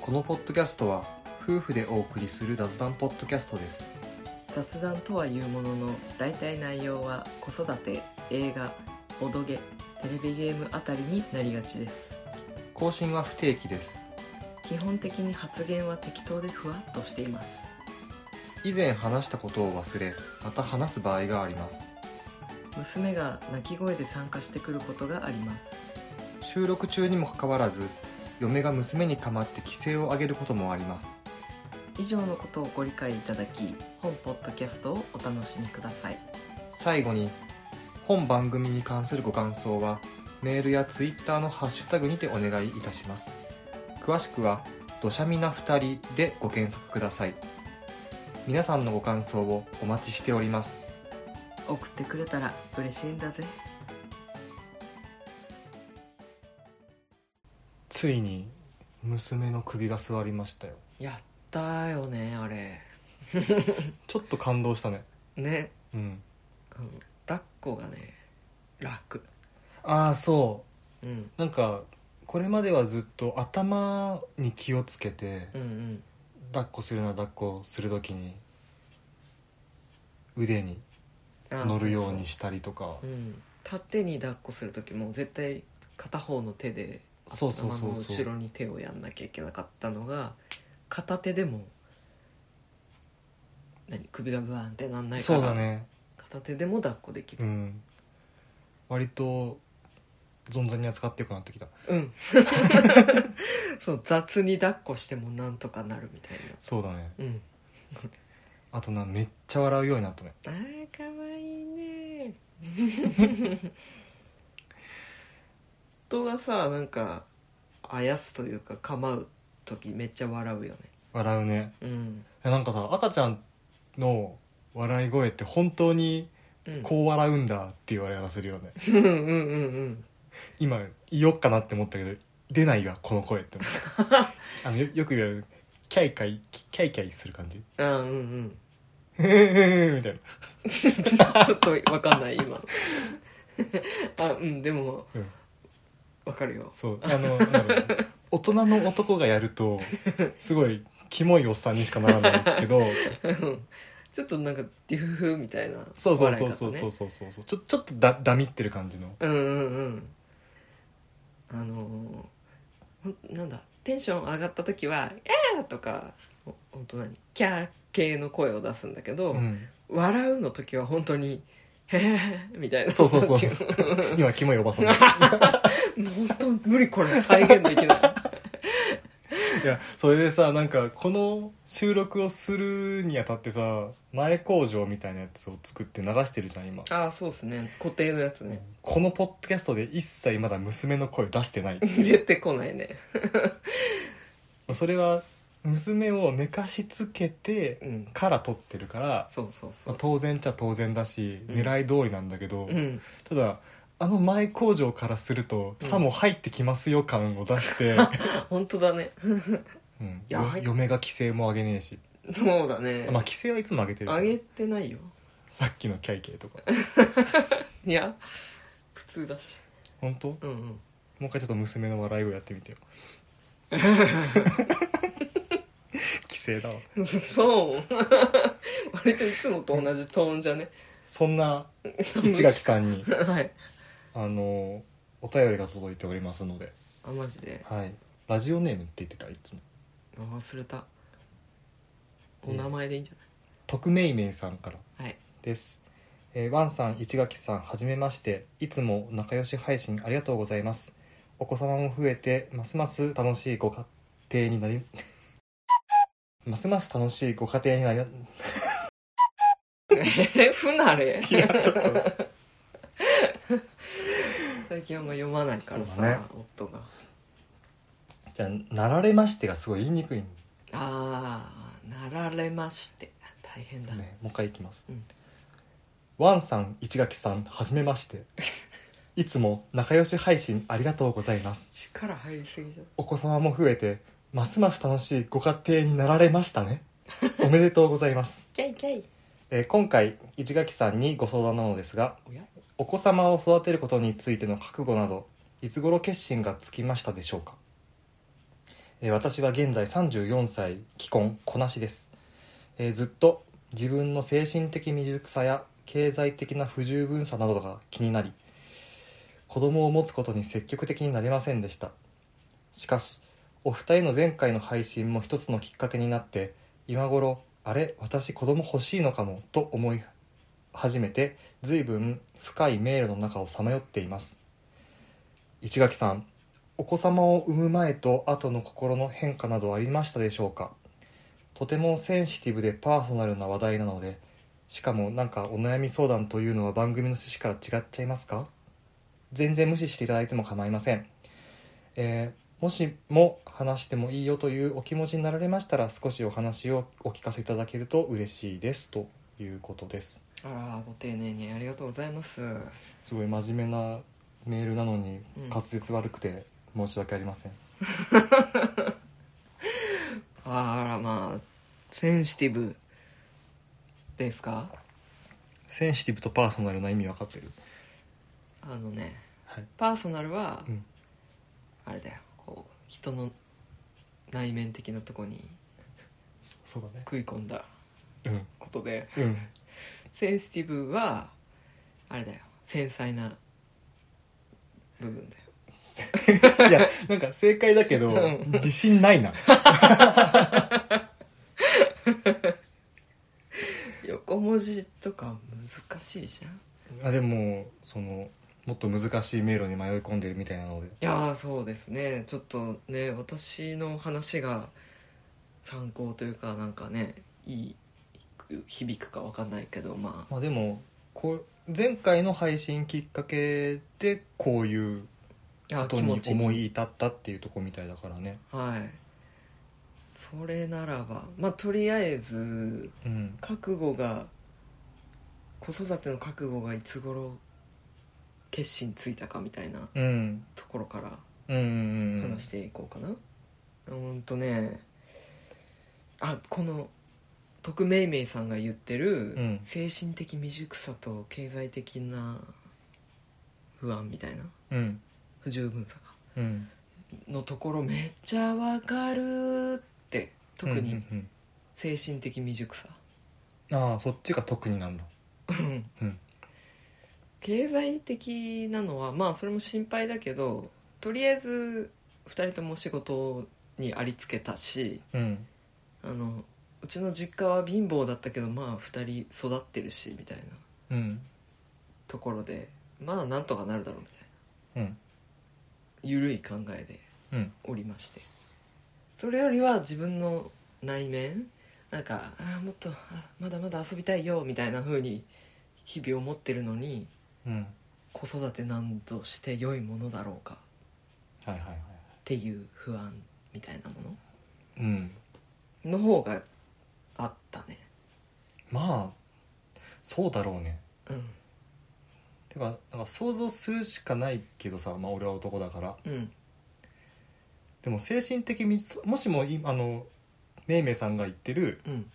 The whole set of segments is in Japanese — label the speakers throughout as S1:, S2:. S1: このポッドキャストは夫婦でお送りする雑談ポッドキャストです
S2: 雑談とはいうものの大体内容は子育て映画おどげテレビゲームあたりになりがちです
S1: 更新は不定期です
S2: 基本的に発言は適当でふわっとしています
S1: 以前話したことを忘れまた話す場合があります
S2: 娘が泣き声で参加してくることがあります
S1: 収録中にもかかわらず嫁が娘にかまって規制を上げることもあります
S2: 以上のことをご理解いただき本ポッドキャストをお楽しみください
S1: 最後に本番組に関するご感想はメールやツイッターのハッシュタグにてお願いいたします詳しくは「どしゃみな2人」でご検索ください皆さんのご感想をお待ちしております
S2: 送ってくれたら嬉しいんだぜ
S1: ついに娘の首が座りましたよ
S2: やったよねあれ
S1: ちょっと感動したね
S2: ね
S1: うん
S2: 抱っこがね楽
S1: ああそ
S2: うん
S1: うなんかこれまではずっと頭に気をつけて
S2: うんうん
S1: 抱っこするなら抱っこする時に腕に
S2: あ
S1: 乗るよう
S2: そそ
S1: にしたりとか
S2: うん、縦に抱っこする時も絶対片方の手で
S1: そうそうそうそう
S2: 頭の後ろに手をやんなきゃいけなかったのが片手でも何首がブワーンってなんないか
S1: そ
S2: ら
S1: うだね
S2: 片手でも抱っこでき
S1: う
S2: る
S1: ん割と存在に扱ってよくなってきた
S2: うん、 そう雑に抱っこしてもなんとかなるみたい
S1: そうだね
S2: なうん
S1: あとなめっちゃ笑うようになったね
S2: あーかわいいね 人がさなんかあやすというか構う時めっちゃ笑うよね
S1: 笑うね
S2: うん
S1: いやなんかさ赤ちゃんの笑い声って本当に
S2: うん
S1: こう笑うんだっていう笑い方するよね
S2: うんうんうんうん
S1: 今言おっかなって思ったけど出ないわこの声 って思ったあのよよく言われるキャイキャイキキャイキャイする感じ
S2: あーうん
S1: みたいな
S2: うんちょっとわかんない今 あうんでも
S1: うん
S2: わかるよ
S1: そうあのなんだろう大人の男がやるとすごいキモいおっさんにしかならないけど
S2: うんちょっとなんかデュフフみたいな
S1: そうそうそうそう
S2: 笑い
S1: そ
S2: 方
S1: う
S2: ね
S1: そうそうちょちょっとだだみってる感じの
S2: うんうんうんあのーほんなんだテンション上がった時は「えー!」とかほ本当何キャー系の声を出すんだけど、
S1: うん、
S2: 笑うの時は本当に「へーみたいな
S1: そうそうそう
S2: なんてい
S1: 今キモいおばさんだ
S2: うもう本当無理これ再現できない
S1: いやそれでさなんかこの収録をするにあたってさ前工場みたいなやつを作って流してるじゃん今
S2: ああそうですね固定のやつね
S1: このポッドキャストで一切まだ娘の声出してない
S2: 出てこないね
S1: それは娘を寝かしつけて
S2: うん
S1: から撮ってるから、
S2: そうそうそ
S1: まあ
S2: う
S1: 当然っちゃ当然だし、
S2: うん
S1: 狙い通りなんだけど、
S2: うん
S1: ただあの前工場からすると、
S2: うん
S1: さも入ってきますよ感を出 して、
S2: あ本当だね
S1: うん、
S2: いや
S1: よ
S2: 入っ
S1: 嫁が規制も上げねえし、
S2: そうだね
S1: まあ規制はいつも上げてるけ
S2: 上げ
S1: ど
S2: てないよ
S1: さっきのキャイキャイとか
S2: いや普通だし
S1: 本当
S2: うんうん
S1: もう一回ちょっと娘の笑いをやってみてよ規制だわ
S2: そう 割といつもと同じトーンじゃね
S1: そんな市垣さんに
S2: んはい
S1: あのお便りが届いておりますので、
S2: あマジで
S1: はい、ラジオネームって言ってたいつも
S2: あ忘れたお名前でいいんじ
S1: 匿名名さんから
S2: ゃない、
S1: です、えーワンさん市垣さんはじめましていつも仲良し配信ありがとうございますお子様も増えてますます楽しいご家庭になりますます楽しいご家庭になり
S2: はいえ不 慣れ
S1: いやちょっと
S2: 最近あんま読まないから
S1: そ
S2: さ、
S1: うだね
S2: 夫が
S1: じゃあなられましてがすごい言いにくいん
S2: ああなられまして大変だ
S1: だ
S2: ね
S1: ねもう一回いきます、
S2: うん
S1: ワンさん市垣さんはじめまして いつも仲良し配信ありがとうございます
S2: 力入りすぎじゃ
S1: お子様も増えてますます楽しいご家庭になられました ねおめでとうございます
S2: キャイキャイ
S1: えー今回市垣さんにご相談なのですが
S2: おや
S1: お子様を育てることについての覚悟などいつ頃決心がつきましたでしょうか、えー私は現在34歳既婚子なしです、えーずっと自分の精神的未熟さや経済的な不十分さなどが気になり子供を持つことに積極的になれませんでしたしかしお二人の前回の配信も一つのきっかけになって今頃あれ私子供欲しいのかもと思い始めて随分深い迷路の中をさまよっています市垣さんお子様を産む前と後の心の変化などありましたでしょうかとてもセンシティブでパーソナルな話題なのでしかもなんかお悩み相談というのは番組の趣旨から違っちゃいますか全然無視していただいても構いません、えーもしも話してもいいよというお気持ちになられましたら少しお話をお聞かせいただけると嬉しいですということです
S2: ああご丁寧にありがとうございます
S1: すごい真面目なメールなのに
S2: うん
S1: 滑舌悪くて申し訳ありません、
S2: あらまあセンシティブですか
S1: センシティブとパーソナルな意味分かってる
S2: あのね
S1: はい
S2: パーソナルは、
S1: うん
S2: あれだよこう人の内面的なとこに
S1: そそうだね
S2: 食い込んだことで
S1: うんうん
S2: センシティブはあれだよ繊細な部分だよ
S1: いやなんか正解だけど
S2: うん
S1: 自信ないな
S2: 横文字とか難しいじゃんい
S1: あでもそのもっと難しい迷路に迷い込んでるみたいなので
S2: やーそうですねちょっとね私の話が参考というかなんかねいい響くかわかんないけどまあ
S1: まあでもこう前回の配信きっかけでこういう
S2: いや
S1: こ
S2: ー
S1: と
S2: 気持
S1: に
S2: ち
S1: 思い至ったっていうとこみたいだからね
S2: はいそれならばまあとりあえず
S1: うん
S2: 覚悟が子育ての覚悟がいつ頃決心ついたかみたいな
S1: うん
S2: ところから
S1: うんうんうん
S2: 話していこうかなうんんとねあこの徳めいめいさんが言ってる
S1: うん
S2: 精神的未熟さと経済的な不安みたいな
S1: うん
S2: 不十分さか
S1: うん
S2: のところめっちゃわかるって特
S1: う
S2: に
S1: んうん
S2: 精神的未熟さ
S1: うんああそっちが特になんだうん
S2: 経済的なのはまあそれも心配だけどとりあえず2人とも仕事にありつけたし
S1: うん
S2: あのうちの実家は貧乏だったけどまあ2人育ってるしみたいな
S1: うん
S2: ところでまあなんとかなるだろうみたいな
S1: うん
S2: 緩い考えで
S1: うん
S2: おりましてそれよりは自分の内面なんかあーもっとあまだまだ遊びたいよみたいな風に日々思ってるのに
S1: うん
S2: 子育てなんとして良いものだろうか
S1: はいはいはい
S2: っていう不安みたいなも
S1: うん
S2: のの方があったね
S1: まあそうだろうね
S2: うん
S1: てかなんか想像するしかないけどさ、まあ、俺は男だから
S2: うん
S1: でも精神的にそもしもいあのめいめいさんが言ってる
S2: うん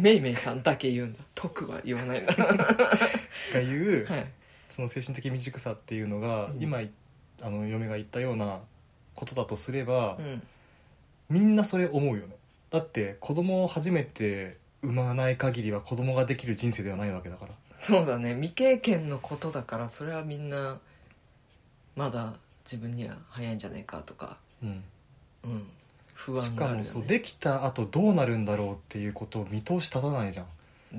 S2: めいめいさんだけ言うんだ徳は言わないなは
S1: が言う、
S2: い
S1: その精神的未熟さっていうのが、
S2: うん
S1: 今いあの嫁が言ったようなことだとすれば、
S2: うん
S1: みんなそれ思うよねだって子供を初めて産まない限りは子供ができる人生ではないわけだから
S2: そうだね未経験のことだからそれはみんなまだ自分には早いんじゃないかとか、
S1: うん
S2: うん、不安
S1: し
S2: が
S1: か
S2: あるよ
S1: も
S2: ね
S1: そうできた後どうなるんだろうっていうことを見通し立たないじゃん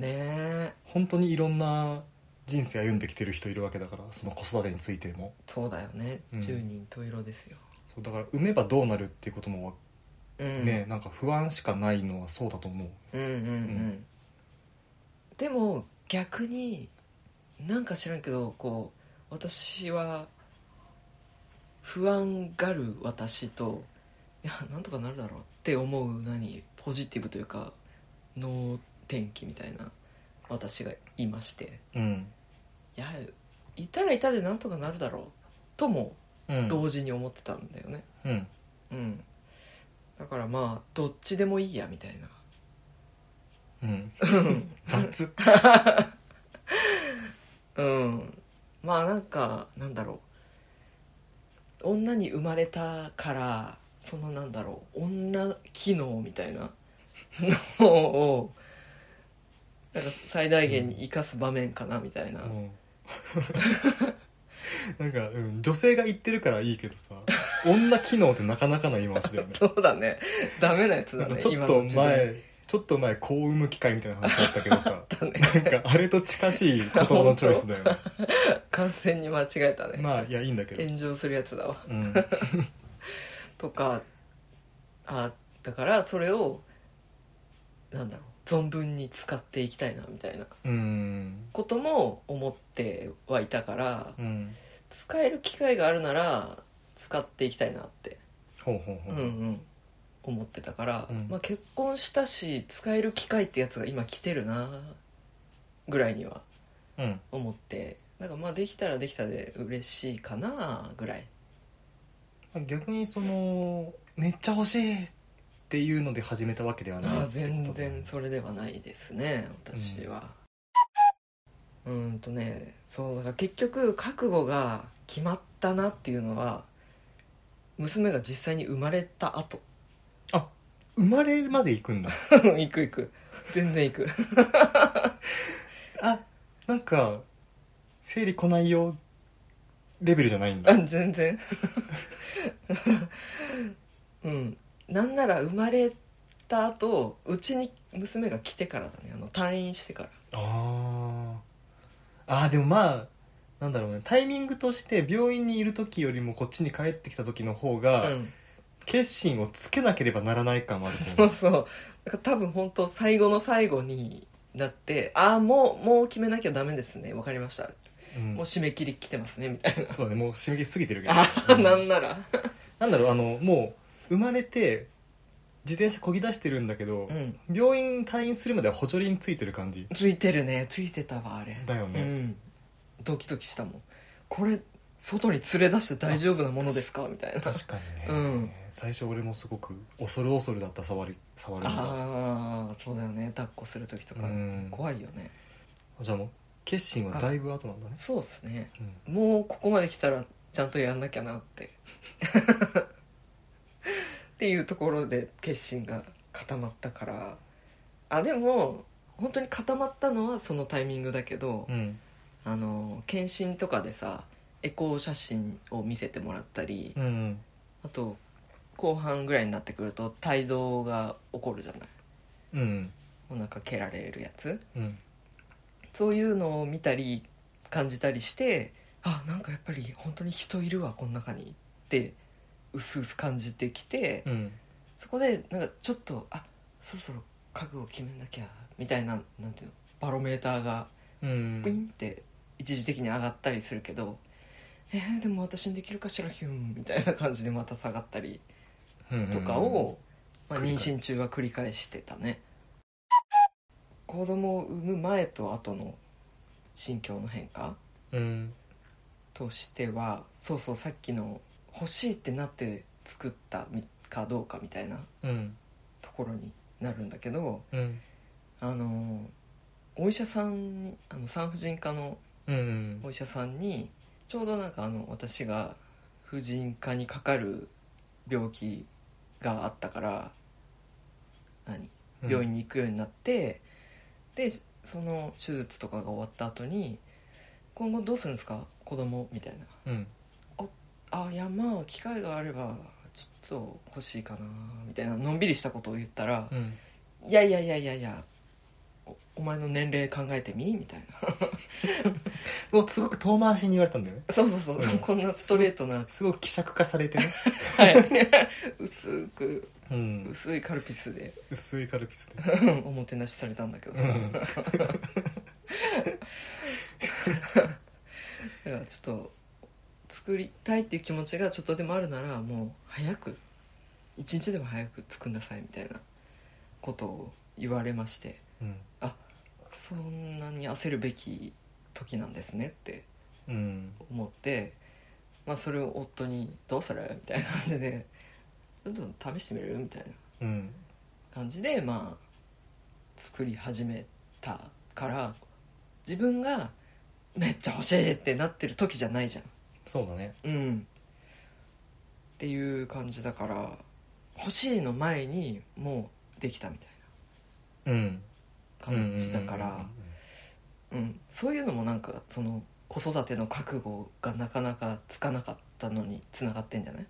S2: ねえ
S1: 本当にいろんな人生歩んできてる人いるわけだからその子育てについても
S2: そうだよね、
S1: うん
S2: 十人十色ですよ、
S1: そうだから産めばどうなるっていうこともわ
S2: うん、
S1: ね、なんか不安しかないのはそうだと思う
S2: うんうんうん、
S1: ん
S2: でも逆になんか知らんけどこう私は不安がる私といやなんとかなるだろうって思う何ポジティブというか能天気みたいな私がいまして
S1: うん、
S2: いやいたらいたでなんとかなるだろうとも
S1: うん、
S2: 同時に思ってたんだよね
S1: うん
S2: うんだからまあどっちでもいいやみたいな
S1: うん、雑
S2: うんまあなんかなんだろう女に生まれたからそのなんだろう女んな機能みたいなのをなんか最大限に生かす場面かなみたいな、
S1: もう なんか、うん、女性が言ってるからいいけどさ女機能ってなかなかない回しだよね
S2: そうだねダメなやつ
S1: な
S2: だ
S1: んか
S2: ね
S1: ちょっ
S2: 今
S1: と
S2: の時代
S1: 前ちょっと前子を産む機会みたいな話だったけどさ
S2: だね
S1: なんかあれと近しい言葉のチョイスだよね
S2: 完全に間違えたね、
S1: まあいやいいんだけど、
S2: 炎上するやつだわ
S1: うん、
S2: とかあだからそれをなんだろう存分に使っていきたいなみたいな
S1: うん
S2: ことも思ってはいたから、
S1: うん
S2: 使える機会があるなら使っていきたいなって、
S1: ほうほう
S2: う
S1: ほ
S2: ん
S1: う、
S2: うん、思ってたから、
S1: うん
S2: まあ、結婚したし使える機会ってやつが今来てるなぐらいには
S1: うん
S2: 思ってなんかまあできたらできたで嬉しいかなぐらい
S1: 逆にそのめっちゃ欲しいっていうので始めたわけではない
S2: ああ全然それではないですね私は、うん、とねそうだから結局覚悟が決まったなっていうのは娘が実際に生まれた後
S1: 生まれるまで行くんだ
S2: 行く行く全然行く
S1: あなんか生理来ないよレベルじゃないんだ
S2: あ全然 うんなんなら生まれた後うちに娘が来てからだねあの退院してから
S1: あーあーでもまあなんだろうねタイミングとして病院にいる時よりもこっちに帰ってきた時の方が、
S2: うん
S1: 決心をつけなければならない感はあると
S2: そう
S1: 思う
S2: そうだから多分本当最後の最後になって「ああもうもう決めなきゃダメですねわかりました、
S1: うん
S2: もう締め切り来てますね」みたいな
S1: そうだねもう締め切り過ぎてるけど
S2: ああ
S1: うん
S2: なんなら
S1: なんだろうあのもう生まれて自転車こぎ出してるんだけど、
S2: うん
S1: 病院退院するまでは補助輪ついてる感じ
S2: ついてるねついてたわあれ
S1: だよね
S2: うんドキドキしたもんこれ外に連れ出して大丈夫なものですかみたいな
S1: 確かにね、
S2: うん
S1: 最初俺もすごく恐る恐るだった触り触るのが
S2: ああそうだよね抱っこする時とか、
S1: うん
S2: 怖いよね
S1: じゃあもう決心はだいぶ後なんだね
S2: そうですね
S1: うん
S2: もうここまで来たらちゃんとやんなきゃなって っていうところで決心が固まったからあでも本当に固まったのはそのタイミングだけど、
S1: うん
S2: あの検診とかでさエコー写真を見せてもらったり、
S1: うん
S2: あと後半ぐらいになってくると胎動が起こるじゃない
S1: うん
S2: お腹蹴られるやつ
S1: うん
S2: そういうのを見たり感じたりしてあなんかやっぱり本当に人いるわこの中にってうすうす感じてきて、
S1: うん
S2: そこでなんかちょっとあそろそろ覚悟決めなきゃみたいななんていうのバロメーターが
S1: う
S2: グイ
S1: ん
S2: ンって一時的に上がったりするけど、えーでも私にできるかしらヒュンみたいな感じでまた下がったり
S1: うん
S2: とかを、まあ、
S1: 繰り
S2: 妊
S1: 返す
S2: 娠中は繰り返してたね子供を産む前と後の心境の変化
S1: うん
S2: としてはそうそうさっきの欲しいってなって作ったみかどうかみたいな
S1: うん
S2: ところになるんだけど
S1: うん
S2: あのお医者さんにあの産婦人科の
S1: うん
S2: お医者さんにちょうどなんかあの私が婦人科にかかる病気があったから何
S1: うん
S2: 病院に行くようになって、でその手術とかが終わった後に「今後どうするんですか子供みたいな
S1: うん
S2: 「あいやまあ機会があればちょっと欲しいかな」みたいなのんびりしたことを言ったら「
S1: うん
S2: いやいやいやいやいやおお前の年齢考えてみ?」みたいな
S1: うわすごく遠回しに言われたんだよね
S2: そうそうそう、
S1: うん
S2: こんなストレートな
S1: すごく希釈化されてね
S2: はい、 薄く
S1: うん
S2: 薄いカルピスで
S1: 薄いカルピスで
S2: おもてなしされたんだけどさ、
S1: うん
S2: だからちょっと作りたいっていう気持ちがちょっとでもあるならもう早く一日でも早く作んなさいみたいなことを言われまして
S1: うん
S2: そんなに焦るべき時なんですねって
S1: うん
S2: 思って、まあ、それを夫に「どうする?」みたいな感じで「ちょっと試してみる?」みたいな
S1: うん
S2: 感じでまあ作り始めたから自分がめっちゃ欲しいってなってる時じゃないじゃん
S1: そうだね
S2: うんっていう感じだから欲しいの前にもうできたみたい
S1: うん
S2: な感じだから、うん、そういうのもなんかその子育ての覚悟がなかなかつかなかったのにつながってんじゃない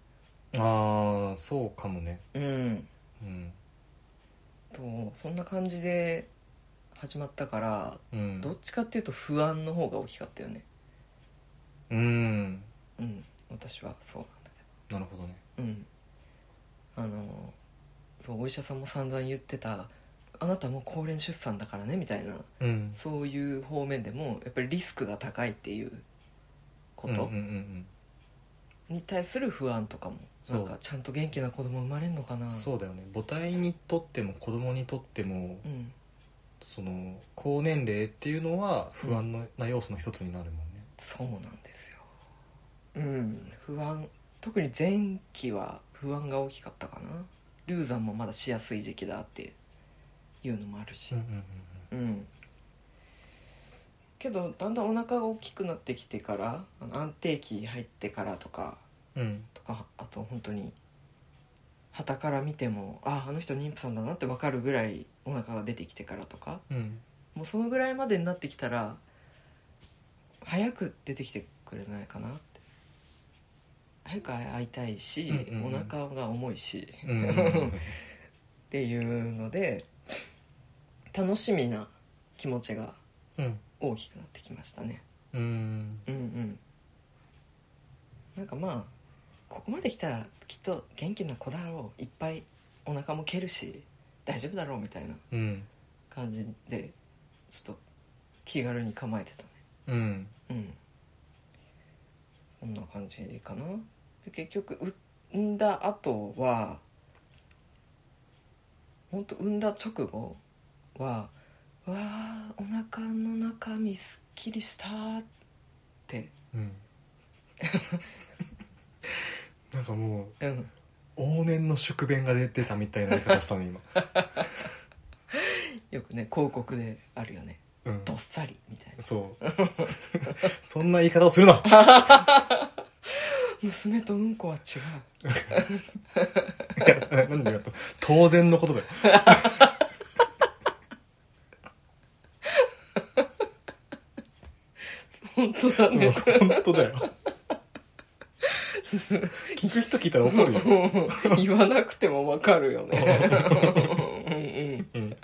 S1: うんうんああそうかもね
S2: うん
S1: うん
S2: とそんな感じで始まったから
S1: うん
S2: どっちかっていうと不安の方が大きかったよね
S1: うん
S2: うん私はそう
S1: な
S2: なんだ
S1: るほどね
S2: けどうんあのそうお医者さんも散々言ってたあなたもう高齢出産だからねみたいな
S1: うん
S2: そういう方面でもやっぱりリスクが高いっていうこ
S1: うんうん
S2: と
S1: うんうん
S2: に対する不安とかも、
S1: そう
S2: なんかちゃんと元気な子供生まれんのかな
S1: そうだよね母体にとっても子供にとっても、
S2: うん、
S1: その高年齢っていうのは不安のな要素の一つになるもんね
S2: そうなんですようん不安特に前期は不安が大きかったかな流産もまだしやすい時期だっていうのもあるし
S1: うんうん
S2: うんけどだんだんお腹が大きくなってきてからあの安定期入ってからとか
S1: うんうん
S2: とかあと本当に傍から見てもあああの人妊婦さんだなって分かるぐらいお腹が出てきてからとか
S1: うん
S2: もうそのぐらいまでになってきたら早く出てきてくれないかなって早く会いたいし、
S1: うんうんうん
S2: お腹が重いし、
S1: うん
S2: っ
S1: う
S2: ていうので楽しみな気持ちが
S1: ん
S2: 大きくなってきましたね
S1: うん
S2: うんうんなんかまあここまで来たらきっと元気な子だろういっぱいお腹も蹴るし大丈夫だろうみたいな
S1: うん
S2: 感じでちょっと気軽に構えてたね
S1: うん
S2: うんそんな感じかなで結局産んだ後は本当産んだ直後は「わあお腹の中身すっきりした」って
S1: うんなんかもう
S2: うん
S1: 往年の宿便が出てたみたいな言い方したね今、
S2: よくね広告であるよね
S1: うん
S2: 「どっさり」みたいな
S1: そう そんな言い方をするな
S2: 「娘とうんこは違う」
S1: いやなんでかと当然のことだよ
S2: 本当だ
S1: うん
S2: ね
S1: 本当だよ聞く人聞いたら怒るよ、
S2: 言わなくてもわかるよね
S1: うん、い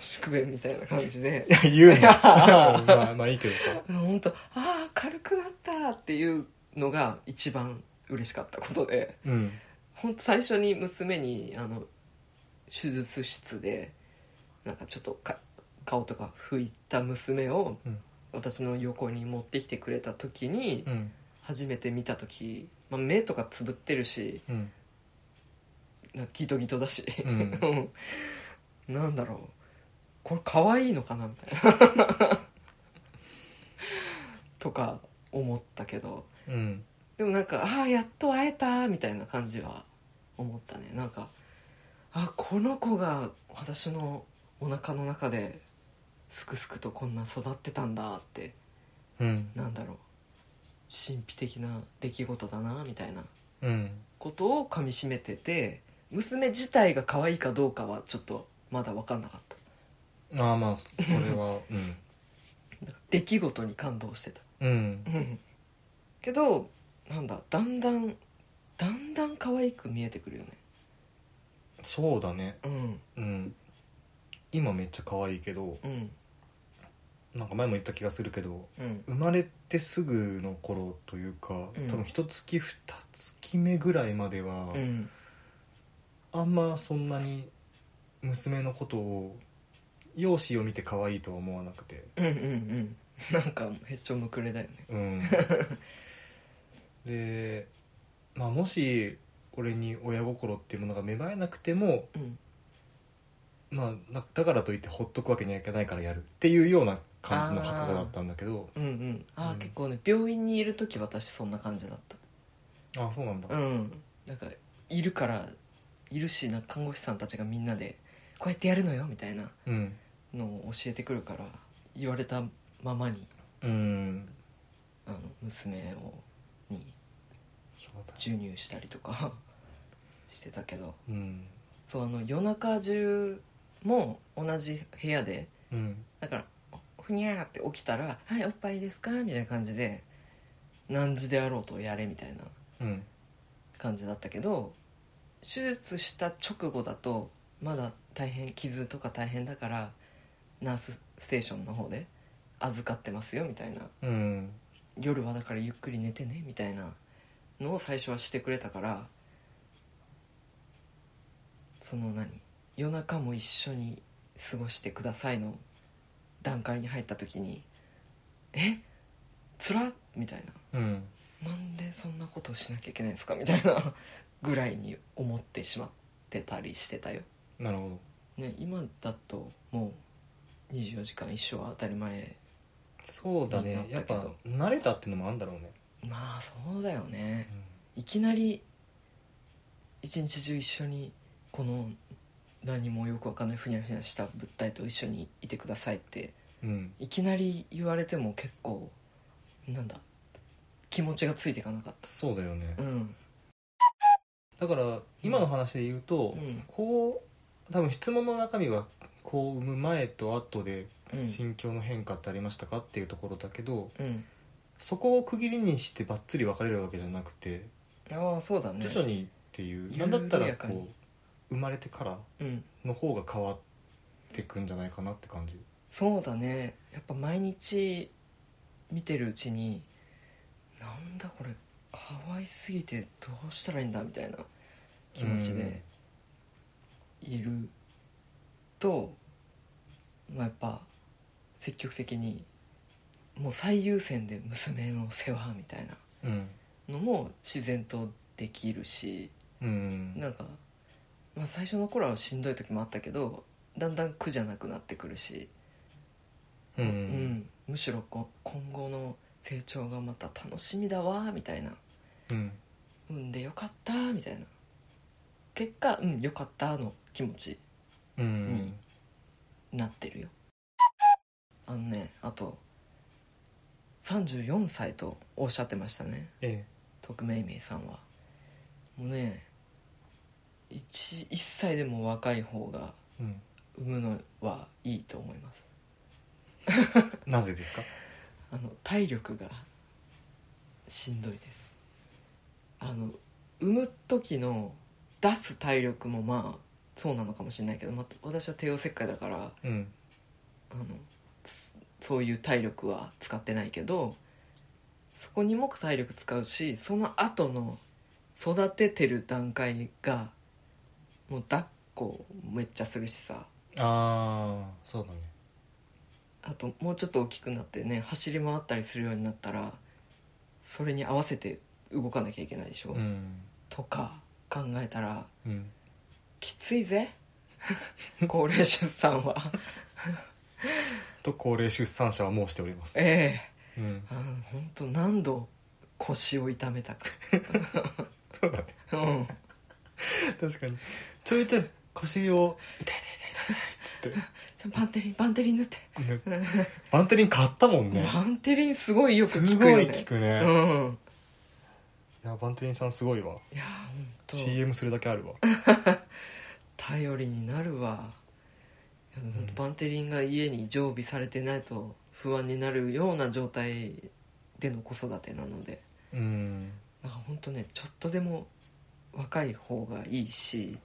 S2: 宿便みたいな感じで
S1: や言うなまあまあいいけどさ
S2: 本当ああ軽くなったっていうのが一番嬉しかったことで
S1: うん
S2: 本当最初に娘にあの手術室でなんかちょっとか顔とか拭いた娘を
S1: うん
S2: 私の横に持ってきてくれた時に
S1: うん
S2: 初めて見た時、まあ、目とかつぶってるし
S1: うん
S2: なんかギトギトだし、
S1: うん
S2: うん なんだろうこれ可愛いのかなみたいな とか思ったけど
S1: うん
S2: でもなんかああやっと会えたみたいな感じは思ったねなんかあこの子が私のお腹の中ですくすくとこんな育ってたんだって
S1: うん
S2: なんだろう神秘的な出来事だなみたいな
S1: うん
S2: ことをかみしめてて娘自体が可愛いかどうかはちょっとまだ分かんなかった
S1: ああまあそれはうん
S2: なんか出来事に感動してた
S1: うん
S2: うんけどなんだだんだんだんだん可愛く見えてくるよね
S1: そうだね
S2: うん
S1: うん今めっちゃ可愛いけど
S2: うん
S1: なんか前も言った気がするけど
S2: うん
S1: 生まれてすぐの頃というか、
S2: うん
S1: 多分一月二月目ぐらいまでは、
S2: うん
S1: あんまそんなに娘のことを容姿を見て可愛いとは思わなくて
S2: うんうんうんなんかへっちょむくれだよね
S1: うん で、まあ、もし俺に親心っていうものが芽生えなくても、
S2: うん
S1: まあ、なだからといってほっとくわけにはいかないからやるっていうような感じの覚悟だったんだけど
S2: うんうんああ、
S1: うん
S2: 結構ね病院にいる時私そんな感じだっ
S1: あそうなんだ
S2: たうんなんかいるからいるしなんか看護師さんたちがみんなでこうやってやるのよみたいな
S1: うん
S2: のを教えてくるから言われたままに
S1: うん
S2: あの娘をに
S1: そうだ
S2: 授乳したりとか してたけど
S1: うん
S2: そうあの夜中中も同じ部屋で
S1: うん
S2: だからふにゃーって起きたら「はいおっぱいですか?」みたいな感じで何時であろうとやれみたいな
S1: うん
S2: 感じだったけど手術した直後だとまだ大変傷とか大変だからナースステーションの方で預かってますよみたいな
S1: うん
S2: 夜はだからゆっくり寝てねみたいなのを最初はしてくれたからその何夜中も一緒に過ごしてくださいの段階に入った時に「えつらっ!」みたいな
S1: うん
S2: なんでそんなことをしなきゃいけないんですかみたいなぐらいに思ってしまってたりしてたよ、
S1: なるほ
S2: ね、今だともう24時間一生は当たり前
S1: どそうだ
S2: なっ
S1: ねや
S2: た
S1: っ
S2: けど
S1: ぱ慣れたっていうのもあるんだろうね、
S2: まあそうだよね
S1: うん
S2: いきなり一日中一緒にこの何もよくわかんないふにゃふにゃした物体と一緒にいてくださいって
S1: うん、
S2: いきなり言われても結構なんだ気持ちがついていかなかっ
S1: そうだよね、
S2: たうん
S1: だから今の話で言うと、
S2: うん
S1: こう多分質問の中身はこう産む前と後で
S2: うん
S1: 心境の変化ってありましたかっていうところだけど、
S2: うん
S1: そこを区切りにしてばっつり分かれるわけじゃなくて
S2: ああそうだね
S1: 徐々にっていう、
S2: 緩
S1: な
S2: や
S1: ん
S2: か
S1: だ
S2: に
S1: ったらこう生まれてから
S2: うん
S1: の方が変わってくんじゃないかなって感じ
S2: そうだねやっぱ毎日見てるうちになんだこれ可愛すぎてどうしたらいいんだみたいな気持ちでいると、まあ、やっぱ積極的にもう最優先で娘の世話みたいな
S1: うん
S2: のも自然とできるし
S1: うん
S2: なんか、まあ、最初の頃はしんどい時もあったけどだんだん苦じゃなくなってくるし。
S1: うんう
S2: うんん、むしろこ今後の成長がまた楽しみだわみたいな
S1: うん
S2: 産んでよかったみたいな結果うんよかったの気持ち
S1: うん
S2: になってるよあのねあと34歳とおっしゃってましたね
S1: え
S2: 徳めいめいさんはもうね 1, 1歳でも若い方が
S1: えうん
S2: 産むのはいいと思います
S1: なぜですか
S2: あの体力がしんどいですあの産む時の出す体力もまあそうなのかもしれないけど、まあ、私は帝王切開だから
S1: うん
S2: あのつそういう体力は使ってないけどそこにも体力使うしその後の育ててる段階がもう抱っこめっちゃするしさ
S1: ああそうだね
S2: あともうちょっと大きくなってね走り回ったりするようになったらそれに合わせて動かなきゃいけないでしょ、
S1: うん
S2: とか考えたら
S1: うん
S2: きついぜ 高齢出 産は
S1: と高齢出産者は申しております
S2: え
S1: うん
S2: えあの本当何度腰を痛めたか
S1: そうだね
S2: うん
S1: 確かにちょいちょい腰を痛い痛い痛い痛い痛いっ
S2: じゃあバンテリンバンテリン塗って、
S1: つって、ね、バンテリン買ったもんね
S2: バンテリンすごいよく
S1: す
S2: 効く
S1: ご
S2: よ
S1: い
S2: ね
S1: 効くね、
S2: う
S1: い
S2: ん
S1: やバンテリンさんすごいわ
S2: いや本
S1: CM するだけあるわ
S2: 当頼りになるわいやでも本当バンテリンが家に常備されてないと不安になるような状態での子育てなので
S1: うん
S2: だから本当ねちょっとでも若い方がいいし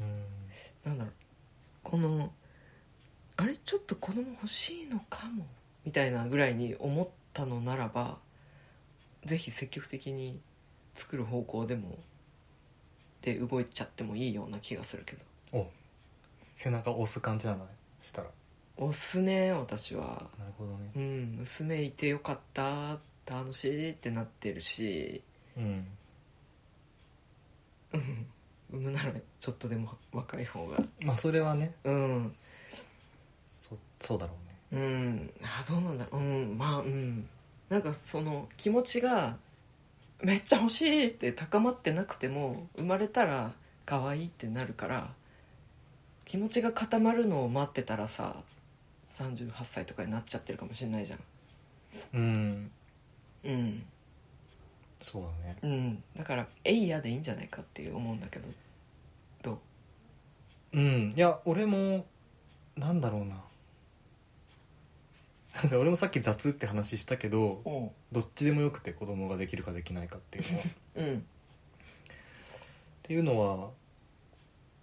S1: うん
S2: なんだろうこのあれちょっと子供欲しいのかもみたいなぐらいに思ったのならばぜひ積極的に作る方向でもで動いちゃってもいいような気がするけど
S1: お背中押す感じなのしたら
S2: 押すね私は
S1: なるほどね
S2: うん娘いてよかった楽しいってなってるし
S1: うん
S2: 産むならちょっとでも若い方が
S1: まあそれはね
S2: うん
S1: そそうだろうね
S2: うんあどうなんだろううんまあうんなんかその気持ちがめっちゃ欲しいって高まってなくても生まれたら可愛いってなるから気持ちが固まるのを待ってたらさ38歳とかになっちゃってるかもしれないじゃん
S1: うん
S2: うん
S1: そうだね
S2: うんだから「えいや」でいいんじゃないかっていう思うんだけどどう
S1: うんいや俺もなんだろうななんか俺もさっき雑って話したけど
S2: おう
S1: どっちでもよくて子供ができるかできないかって いうのはっ
S2: うん
S1: ていうのは、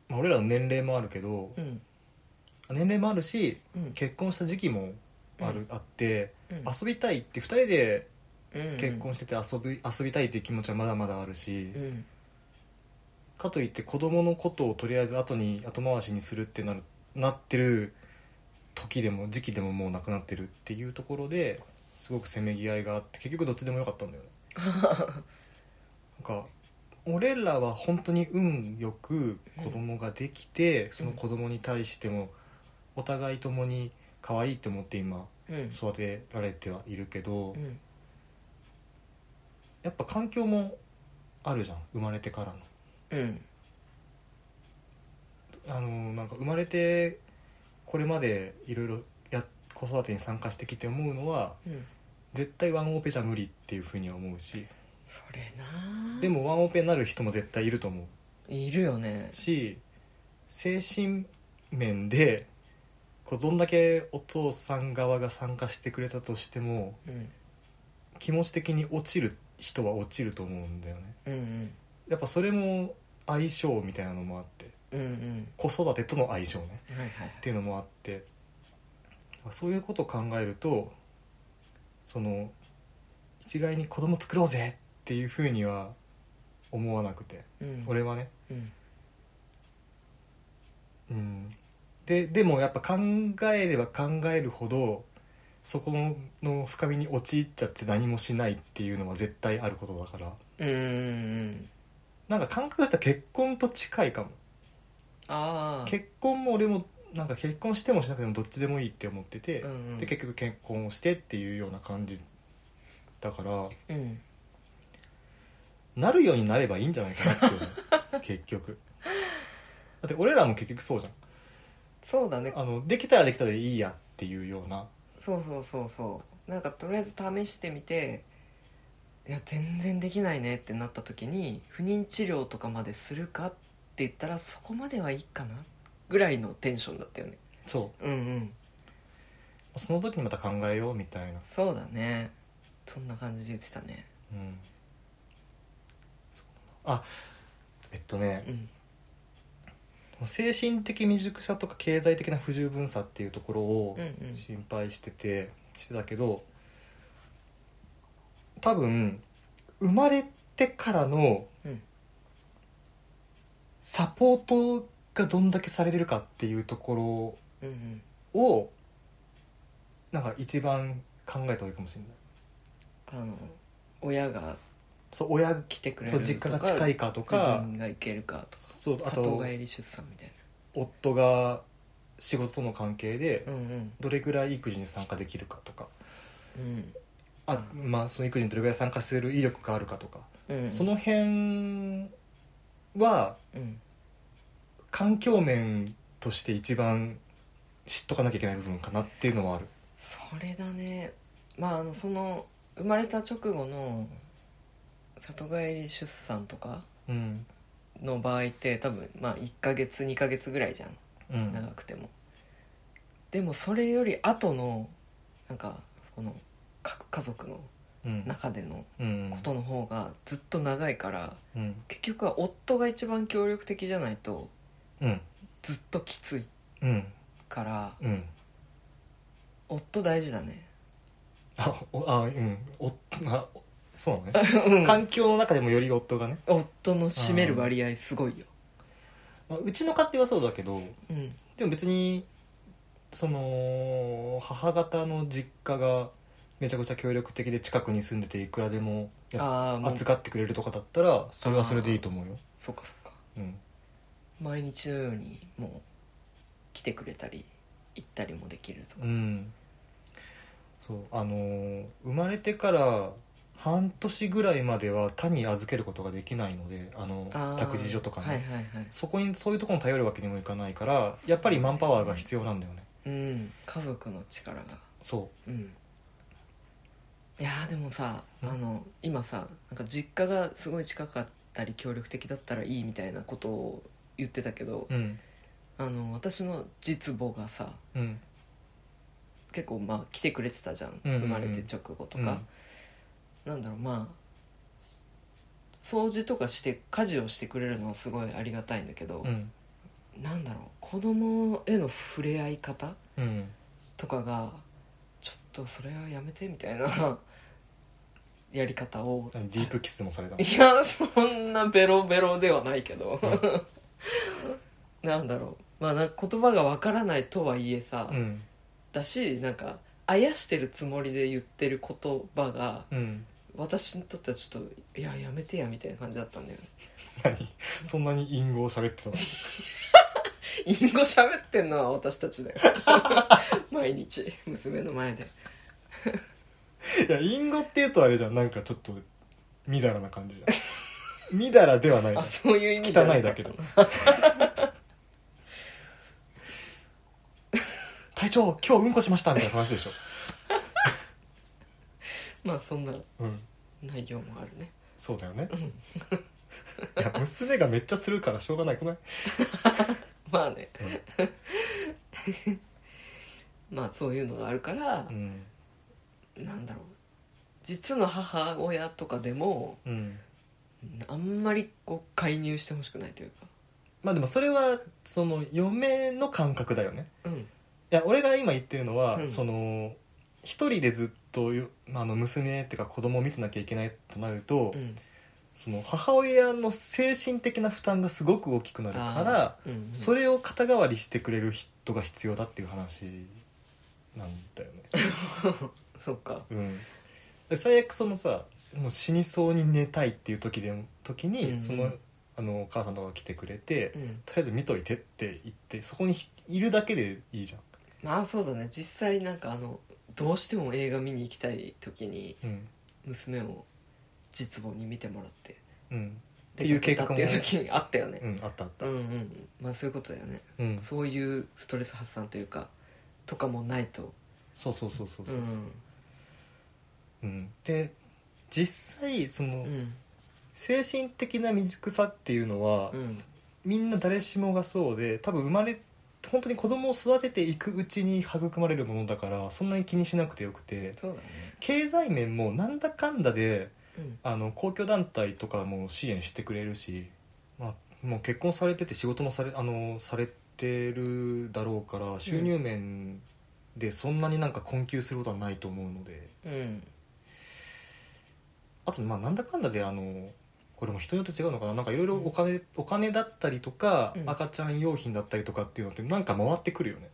S1: まあ、俺らの年齢もあるけど
S2: うん
S1: 年齢もあるし
S2: うん
S1: 結婚した時期もある、あって
S2: うん
S1: 遊びたいって2人で
S2: うん
S1: 結婚してて遊び遊びたいっていう気持ちはまだまだあるし、
S2: うん
S1: かといって子供のことをとりあえず後に後回しにするってなるなってる時でも時期でももうなくなってるっていうところですごくせめぎ合いがあって結局どっちでもよかったんだ よねなんか俺らは本当に運よく子供ができて、その子供に対してもお互いともに可愛いと思って今
S2: うん
S1: 育てられてはいるけど、
S2: うん
S1: やっぱ環境もあるじゃん生まれてからの。
S2: うん
S1: あのなんか生まれてこれまでいろいろや子育てに参加してきて思うのは
S2: うん
S1: 絶対ワンオペじゃ無理っていうふうには思うし
S2: それな
S1: でもワンオペになる人も絶対いると思
S2: いるよね
S1: うし精神面でこうどんだけお父さん側が参加してくれたとしても
S2: うん
S1: 気持ち的に落ちる人は落ちると思うんだよね
S2: うんうん
S1: やっぱそれも相性みたいなのもあって
S2: うんうん
S1: 子育てとの相性ね
S2: はいはい
S1: っていうのもあってそういうことを考えるとその一概に子供作ろうぜっていうふうには思わなくて
S2: うん
S1: 俺はね、
S2: うん
S1: うん、ででもやっぱ考えれば考えるほどそこの深みに陥っちゃって何もしないっていうのは絶対あることだから
S2: うんうんうん
S1: なんか感覚としては結婚と近いかも
S2: ああ
S1: 結婚も俺もなんか結婚してもしなくてもどっちでもいいって思ってて、
S2: うんうん
S1: で結局結婚をしてっていうような感じだから
S2: うん
S1: なるようになればいいんじゃないかなって 思う結局だって俺らも結局そうじゃん
S2: そうだね
S1: あのできたらできたでいいやっていうような
S2: そうそうそうそうなんかとりあえず試してみていや全然できないねってなった時に不妊治療とかまでするかって言ったらそこまではいいかなぐらいのテンションだったよね
S1: そ
S2: うんうん
S1: うその時にまた考えようみたいな
S2: そうだねそんな感じで言ってたね
S1: うんそうだなあえっとね
S2: うん
S1: 精神的未熟さとか経済的な不十分さっていうところを、
S2: うんうん
S1: 心配しててしてたけど多分生まれてからの
S2: うん
S1: サポートがどんだけされれるかっていうとこ
S2: うんうん
S1: ろをなんか一番考えた方がいいかもしれない
S2: あの親が
S1: そう親
S2: 来てくれる
S1: そう実家が近いかと
S2: とか自
S1: か
S2: 分が行けるかとか
S1: そうあ
S2: 里
S1: と
S2: 帰り出産みたい
S1: 夫が仕事との関係で
S2: なうんうん
S1: どれぐらい育児に参加できるかとか
S2: うん
S1: あ、まあ、その育児にどれぐらい参加する威力があるかとか
S2: うん
S1: その辺は
S2: うん
S1: 環境面として一番知っとかなきゃいけない部分かなっていうのはある
S2: それだねまああのその生まれた直後の里帰り出産とか
S1: うん
S2: の場合って多分まあ1ヶ月2ヶ月ぐらいじゃん
S1: うん
S2: 長くてもでもそれより後のなんかこの各家族の
S1: うん
S2: 中での
S1: うん
S2: ことの方がずっと長いから
S1: うん
S2: 結局は夫が一番協力的じゃないと
S1: うん
S2: ずっときつい
S1: うん
S2: から
S1: うん
S2: 夫大事だね
S1: あおあうんおあお そうなのね
S2: うん
S1: 環境の中でもより夫がね、
S2: 夫の占める割合すごいよ
S1: まあ、うちの家庭はそうだけど
S2: うん
S1: でも別にその母方の実家がめちゃくちゃ協力的で近くに住んでていくらでもやっ
S2: ああもう
S1: 扱ってくれるとかだったらそれはそれでいいと思うよ、
S2: そっかそっか
S1: うん、
S2: 毎日のようにもう来てくれたり行ったりもできるとか
S1: うんそうあのー生まれてから半年ぐらいまでは他に預けることができないのであの
S2: あー
S1: 託児所とかね、
S2: はいはいはい
S1: そこにそういうところに頼るわけにもいかないからやっぱりマンパワーが必要なんだよね
S2: うん家族の力が
S1: そ
S2: うんいやーでもさあ
S1: うん
S2: の今さなんか実家がすごい近かったり協力的だったらいいみたいなことを言ってたけど、
S1: うん
S2: あの私の実母がさ
S1: うん
S2: 結構まあ来てくれてたじゃん,、
S1: うんうんうん
S2: 生まれて直後とか、なんだろうまあ掃除とかして家事をしてくれるのはすごいありがたいんだけど、
S1: うん
S2: なんだろう子供への触れ合い方
S1: うん
S2: とかがちょっとそれはやめてみたいな やり方を
S1: ディープキスでもされたの
S2: いやそんなベロベロではないけど、 なんだろうまあなんか言葉がわからないとはいえさ、
S1: うん
S2: だしなんかあやしてるつもりで言ってる言葉が
S1: うん
S2: 私にとってはちょっといややめてやみたいな感じだったんだよね
S1: 何そんなに隠語を喋ってたの
S2: インゴ喋ってんのは私たちだよ 毎日娘の前で
S1: いや隠語っていうとあれじゃんなんかちょっとみだらな感じじゃん みだらではないじゃ
S2: あ
S1: ん
S2: そういう意味じゃな
S1: 汚
S2: く
S1: い
S2: て
S1: だけど 隊長今日うんこしましたみたいな話でしょ、
S2: まあそんな
S1: うん、
S2: 内容もあるね
S1: そうだよね いや娘がめっちゃするからしょうがないくない、
S2: まあね まあそういうのがあるから
S1: う、ん
S2: なんだろう実の母親とかでも
S1: うん、
S2: あんまりこう介入してほしくないというか
S1: まあでもそれはその嫁の感覚だよね
S2: うん
S1: いや俺が今言ってるのは、
S2: うん
S1: その一人でずっとよあの娘っていうか子供を見てなきゃいけないとなると、
S2: うん
S1: その母親の精神的な負担がすごく大きくなるから
S2: あーうんうん
S1: それを肩代わりしてくれる人が必要だっていう話なんだよね。
S2: そっか
S1: うん、で最悪そのさもう死にそうに寝たいっていう時でも時
S2: うんう
S1: に
S2: ん
S1: その,、あのお母さんとかが来てくれて、
S2: うん
S1: とりあえず見といてって言ってそこにひいるだけでいいじゃ
S2: まあそうだね実際なんかあのどうしても映画見に行きたい時に
S1: ん。うん
S2: 娘を実母に見てもらって
S1: うん、っていう計画も
S2: 出かけたっていう時にあったよね
S1: うん、あったあっ
S2: う
S1: た。
S2: んうんまあそういうことだよね
S1: うん、
S2: そういうストレス発散というかとかもないと
S1: そうそうそうそうそうう。
S2: ん
S1: うん、で実際その、
S2: うん
S1: 精神的な未熟さっていうのは、
S2: うん
S1: みんな誰しもがそうで多分生まれ本当に子供を育てていくうちに育まれるものだからそんなに気にしなくてよくて
S2: そうだね
S1: 経済面もなんだかんだで
S2: うん
S1: あの公共団体とかも支援してくれるし、まあ、もう結婚されてて仕事もされあのされてるだろうから収入面でそんなになんか困窮することはないと思うので。
S2: うん
S1: あとまあなんだかんだであのこれも人によって違うのかななんかいろいろお金、お金だったりとか、
S2: うん
S1: 赤ちゃん用品だったりとかっていうのってなんか回ってくるよね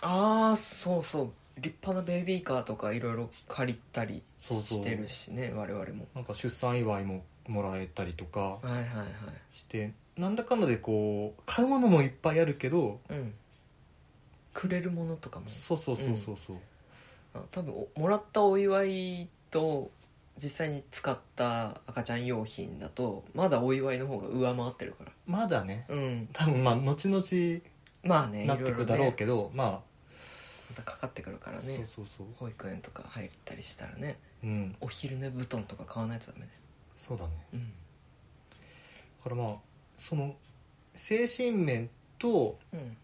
S2: ああそうそう立派なベビーカーとかいろいろ借りたり
S1: そうそう
S2: してるしね我々も
S1: なんか出産祝いももらえたりとか
S2: はいはいはい
S1: してなんだかんだでこう買うものもいっぱいあるけど
S2: うんくれるものとかも
S1: そうそうそうそうそう、
S2: あ多分おもらったお祝いと実際に使った赤ちゃん用品だとまだお祝いの方が上回ってるから
S1: まだね
S2: うん
S1: 多分まあ後々
S2: まあね
S1: なってくるだろう
S2: ど
S1: けど、ま
S2: またかかってくるから
S1: あ、
S2: ね
S1: そうそうそう
S2: 保育園とか入ったりしたらね
S1: うん
S2: お昼寝布団とか買わないとダメね
S1: そうだね
S2: うん
S1: だからまあその精神面と
S2: うん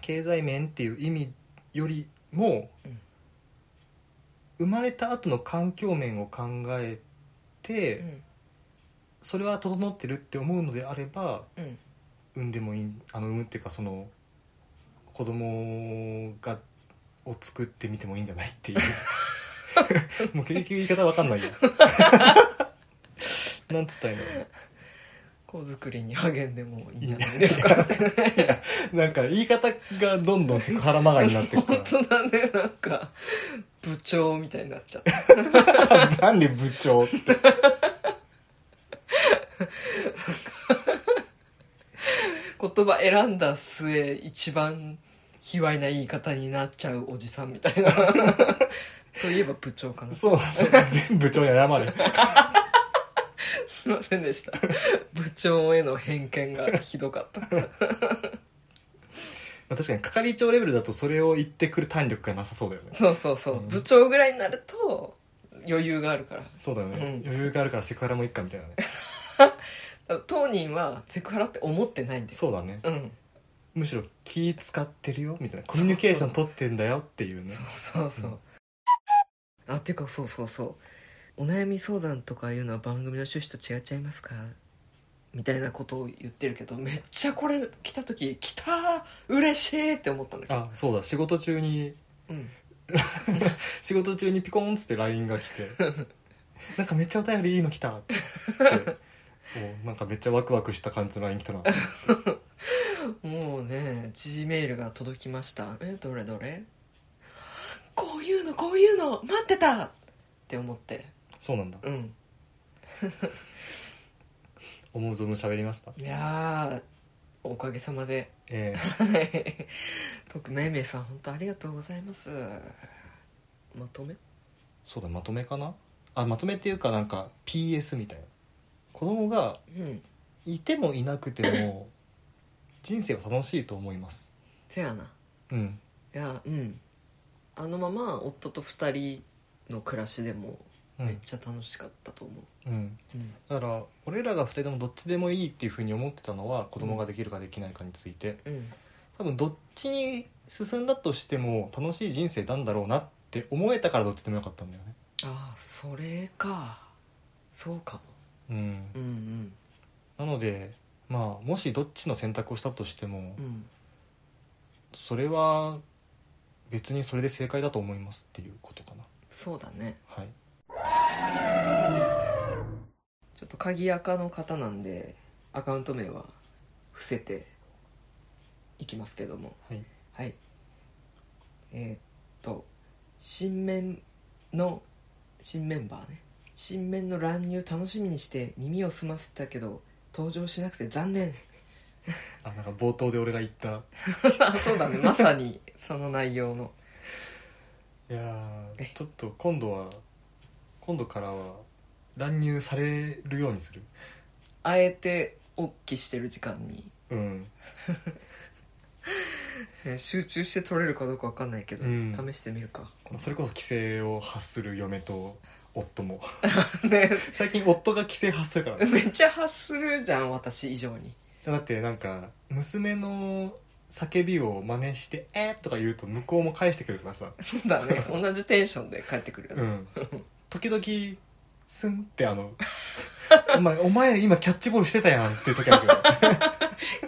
S1: 経済面っていう意味よりも、
S2: うん
S1: 生まれた後の環境面を考えて、
S2: うん
S1: それは整ってるって思うのであれば
S2: うん
S1: 産んでもいいあの産むっていうかその子供がを作ってみてもいいんじゃないっていう もう結局言い方わかんないよ なんつったらいいんだろ
S2: 子作りに励んでもいいんじゃないですかって
S1: ういやなんか言い方がどんどんセクハラまがいになってくから
S2: 本当だねなんか部長みたいになっちゃった
S1: なんで部長って。
S2: 言葉選んだ末一番卑猥な言い方になっちゃうおじさんみた いなといえば部長かなす
S1: そうそう全部長に謝れ
S2: いませんでした部長への偏見がひどかった
S1: 確かに係長レベルだとそれを言ってくる胆力がなさそうだよね
S2: そうそうそう、
S1: うん
S2: 部長ぐらいになると余裕があるから
S1: そうだよね、
S2: うん
S1: 余裕があるからセクハラもいっかみ たいなね
S2: だ当人はセクハラって思ってないんだよ
S1: そうだね
S2: うん
S1: むしろ気使ってるよみたいなコミュニケーション取ってんだよっていうね
S2: そうそう、あっていうかそうそうそうお悩み相談とかいうのは番組の趣旨と違っちゃいますかみたいなことを言ってるけどめっちゃこれ来た時来たー嬉しいって思ったんだけど
S1: あそうだ仕事中に
S2: うん
S1: 仕事中にピコンっつって LINE が来 てなんかめっちゃお便りいいの来たっておなんかめっちゃワクワクした感じの LINE 来たな
S2: もうね G メールが届きましたえどれどれこういうのこういうの待ってたって思って
S1: そうなんだ
S2: うん
S1: 思う存分喋りました
S2: いやーおかげさまで
S1: ええ
S2: はい特命名さん本当ありがとうございますまとめ
S1: そうだまとめかなあまとめっていうかなんか PS みたいな子供が
S2: うん
S1: いてもいなくても人生は楽しいと思います
S2: せやな
S1: うん
S2: いやうんあのまま夫と2人の暮らしでも
S1: う
S2: めっ
S1: ん、
S2: ちゃ楽しかったと思う
S1: うん、
S2: うん
S1: だから俺らが2人ともどっちでもいいっていうふうに思ってたのは子供ができるかできないかについて、
S2: うん
S1: 多分どっちに進んだとしても楽しい人生なんだろうなって思えたからどっちでもよかったんだよね
S2: ああそれかそうか
S1: う
S2: も
S1: ん
S2: うんうん
S1: なのでまあもしどっちの選択をしたとしても、
S2: うん
S1: それは別にそれで正解だと思いますっていうことかな
S2: そうだね
S1: はい
S2: ちょっと鍵垢の方なんでアカウント名は伏せていきますけども
S1: はい
S2: はいえーっと新面の新メンバーね新面の乱入楽しみにして耳を澄ませたけど登場しなくて残念
S1: あなんか冒頭で俺が言った
S2: あそうだねまさにその内容の
S1: いや
S2: え
S1: ーちょっと今度は今度からは乱入されるようにする
S2: あえておっきしてる時間に
S1: うん
S2: ね集中して取れるかどうかわかんないけど、
S1: うん
S2: 試してみるか
S1: まあそれこそ規制を発する嫁と夫も
S2: ね
S1: 最近夫が規制発するからね
S2: めっちゃ発するじゃん私以上に
S1: じゃなくてなんか娘の叫びを真似して「えー」とか言うと向こうも返してくるからさ
S2: そうだね同じテンションで帰ってくるよ
S1: う
S2: ね、
S1: ん時々スンってあの 「お前お前今キャッチボールしてたやん」っていう時ある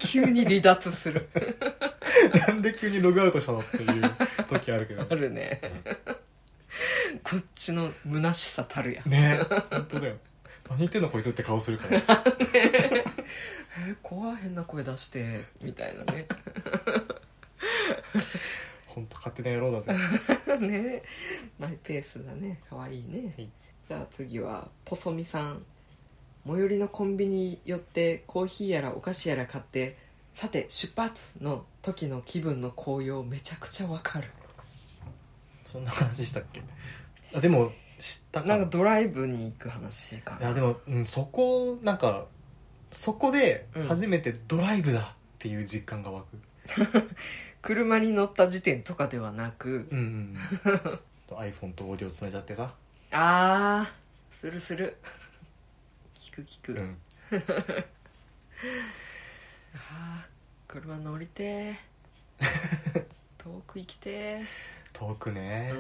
S2: 急に離脱する
S1: けどなんで急にログアウトしたのっていう時あるけど
S2: あるねこっちの虚しさたるやん
S1: ね本当だよ何言ってんのこいつって顔するから
S2: え怖い変な声出してみたいなね
S1: 本当勝手な野郎だぜ
S2: ねマイペースだね可愛いね、
S1: はい
S2: じゃあ次はポソミさん最寄りのコンビニ寄ってコーヒーやらお菓子やら買ってさて出発の時の気分の高揚めちゃくちゃわかる
S1: そんな話したっけあでも知ったか
S2: なんかドライブに行く話か
S1: い
S2: な
S1: やでも、うん、そこなんかそこで
S2: うん
S1: 初めてドライブだっていう実感が湧く、
S2: 車に乗った時点とかではなく
S1: うんうんうん、iPhone とオーディオつないじゃってさ、
S2: ああするする 聞く聞く、
S1: うん、
S2: ああ車乗りて ー遠く行きて
S1: 遠くね
S2: う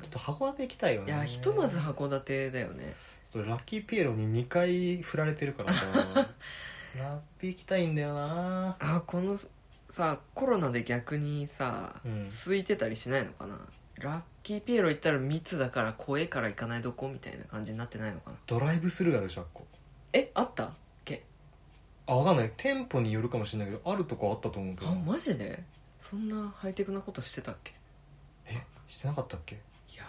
S2: ん
S1: ちょっと函館行きたいよ
S2: ー
S1: ね
S2: いやひとまず函館だよね
S1: ちょっとラッキーピエロに2回振られてるからさラッピー行きたいんだよな
S2: ああこのさコロナで逆にさ、
S1: うん
S2: 空いてたりしないのかなラッキーピエロ行ったら密だから怖えから行かないどこみたいな感じになってないのかな
S1: ドライブスルーあるでしょあっこ
S2: えあったっけ
S1: あわかんない店舗によるかもしれないけどあるとこあったと思うけど
S2: あマジでそんなハイテクなことしてたっけ
S1: えしてなかったっけ
S2: いや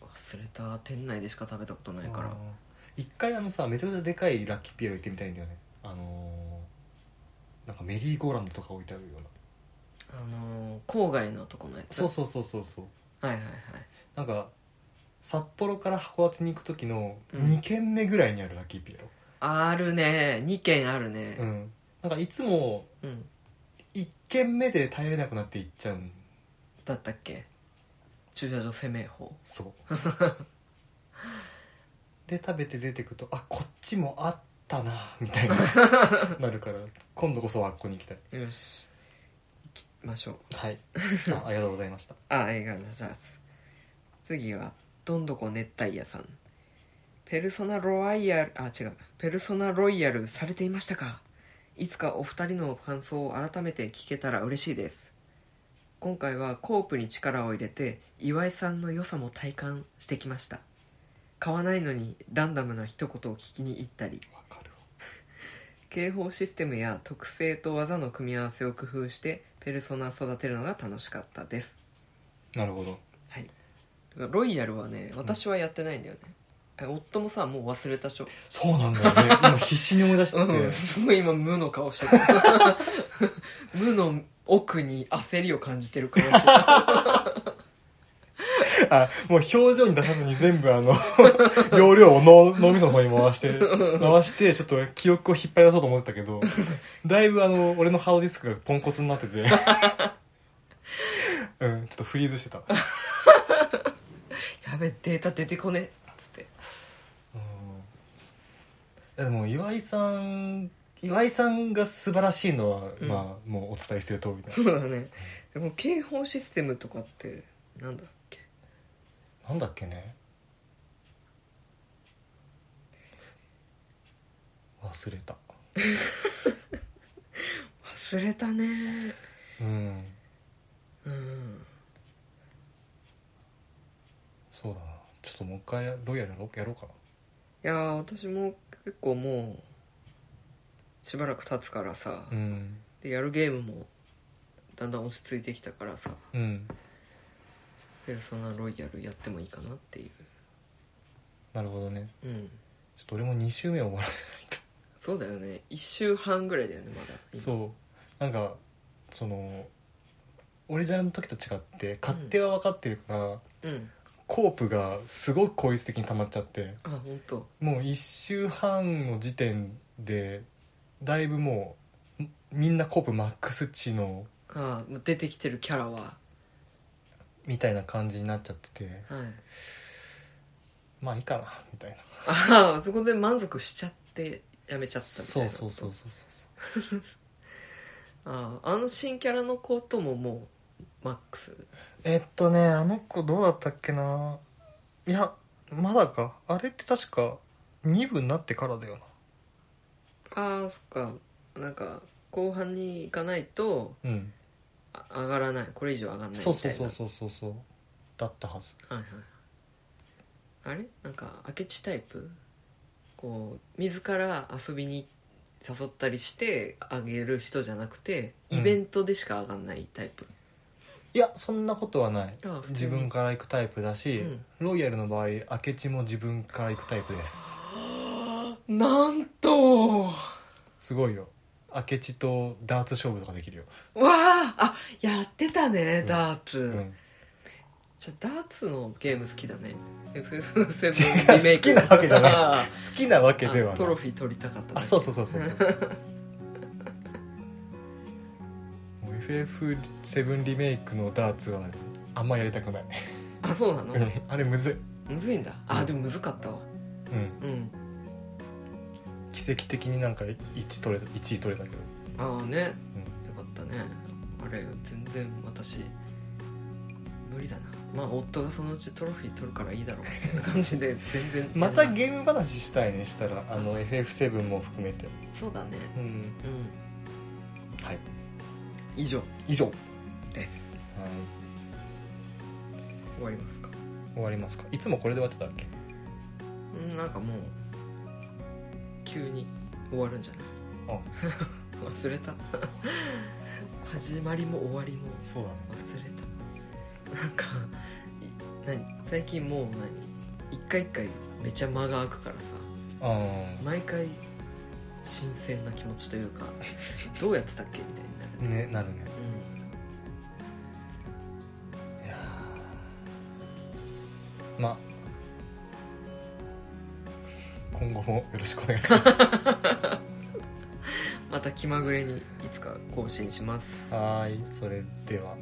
S2: ー忘れた店内でしか食べたことないから
S1: あー一回あのさめちゃくちゃでかいラッキーピエロ行ってみたいんだよねあのーなんかメリーゴーランドとか置いてあるような
S2: あのー郊外のとこのやつ
S1: そうそうそうそうそう
S2: はいはいはい
S1: なんか札幌から函館に行く時の
S2: うん
S1: 2軒目ぐらいにあるラッキーピエロ
S2: あるね2軒ある
S1: うん、
S2: ね
S1: なんかいつも
S2: うん、
S1: 1軒目で耐えれなくなって行っちゃうん
S2: だったっけ駐車場攻め法
S1: そうで食べて出てくとあこっちもあったなみ たいななるから今度こそはあっこに行きたい
S2: よし行きましょう
S1: はいあありがとうございました
S2: あ映画のジャズ次はどんどこ熱帯夜さんペルソナロワイヤルあ違うペルソナロイヤルされていましたかいつかお二人の感想を改めて聞けたら嬉しいです今回はコープに力を入れて岩井さんの良さも体感してきました買わないのにランダムな一言を聞きに行ったり
S1: わかる
S2: 警報システムや特性と技の組み合わせを工夫してペルソナ育てるのが楽しかったです
S1: なるほど
S2: はい、ロイヤルはね私はやってないんだよね、え夫もさもう忘れたしょ、
S1: そうなんだよ ね今必死に思い出してて、
S2: うん、すごい今無の顔してた無の奥に焦りを感じてる顔してた
S1: あもう表情に出さずに全部あの 容量を脳脳みその方に回して回してちょっと記憶を引っ張り出そうと思ってたけどだいぶあの俺のハードディスクがポンコツになって てうんちょっとフリーズしてたうん
S2: やべデータ出てこねっつって
S1: でも岩井さん岩井さんが素晴らしいのは、
S2: うん
S1: まあもうお伝えしてる通りだ
S2: そうだねでも警報システムとかってなんだっけ
S1: なんだっけね忘れた
S2: 忘れたね
S1: うん
S2: うん
S1: そうだなちょっともう一回ロイヤルやろうやろうかない
S2: やー私も結構もうしばらく経つからさ、
S1: うん
S2: でやるゲームもだんだん落ち着いてきたからさ
S1: うん
S2: ペルソナロイヤルやってもいいかなってい
S1: なるほどね
S2: ううん
S1: ちょっと俺も2周目は終わらせな
S2: そうだよね1週半ぐらいだよねまだ
S1: いとそうなんかそのオリジナルの時と違って勝手は分かってるから、
S2: ううん
S1: コープがすごく効率的に溜まっちゃって
S2: あ本当。
S1: もう1周半の時点でだいぶもうんみんなコープマックス値の
S2: あもう出てきてるキャラは
S1: みたいな感じになっちゃってて
S2: はい
S1: まあいいかなみたいな
S2: ああそこで満足しちゃってやめちゃったみたい
S1: そう
S2: な
S1: そうそう
S2: う
S1: そうそうそう
S2: あああの新キャラの子とももうマックス
S1: えっとねあの子どうだったっけないやまだかあれって確か2部になってからだよ
S2: ああそっかなんか後半に行かないと
S1: なうん
S2: あ上がらないこれ以上上がらないみたい
S1: そ
S2: な
S1: うそうそうそうそうそうだったはず
S2: はいはいあれなんか明智タイプこう自ら遊びに誘ったりしてあげる人じゃなくて
S1: うん
S2: イベントでしか上がんないタイプ、
S1: いやそんなことはない
S2: あ普通
S1: 自
S2: に
S1: 分から行くタイプだし、
S2: うん
S1: ロイヤルの場合明智も自分から行くタイプです
S2: なんとわ
S1: すごいよ明智とダーツ勝負とかできるよ、
S2: ああやってたね、
S1: ん
S2: ダーツ、
S1: うん、
S2: じゃあダーツのゲーム好きだ ね FF7
S1: 違う
S2: リメイク
S1: 好きなわけじゃない
S2: あ
S1: 好きなわけでは
S2: あ
S1: な
S2: トロ
S1: い
S2: フィー取りたかっただけ
S1: あそうそうそうそうそうそうそうもう FF7 リメイクのダーツはねあんまやりたくない
S2: あそうなの
S1: うんあれむずい、
S2: むずいんだあでもむずかったわ
S1: うん、
S2: うん
S1: 奇跡的になんか1取れた1位取れたけど、
S2: ああね
S1: う
S2: よかったねあれ全然私無理だなまあ夫がそのうちトロフィー取るからいいだろうみたいな感じで全然
S1: ん、またゲーム話したいねしたらあの FF7 も含めて、
S2: そうだね
S1: うん、
S2: うん
S1: はい
S2: 以上
S1: 以上、はい、
S2: です終わりますか
S1: 終わりますかいつもこれで終わってたっけ
S2: うんなんかもう急に終わるんじゃない
S1: あ
S2: 忘れた 始まりも終わりも
S1: そうだね
S2: 忘れたなんかい何最近もう何一回一回めちゃ間が空くからさ
S1: あ
S2: 毎回新鮮な気持ちというか どうやってたっけみたいになる
S1: あねなるね
S2: うん
S1: いやーまあ今後もよろしくお願いしま
S2: また気まぐれにいつか更新します
S1: すはーいそれでは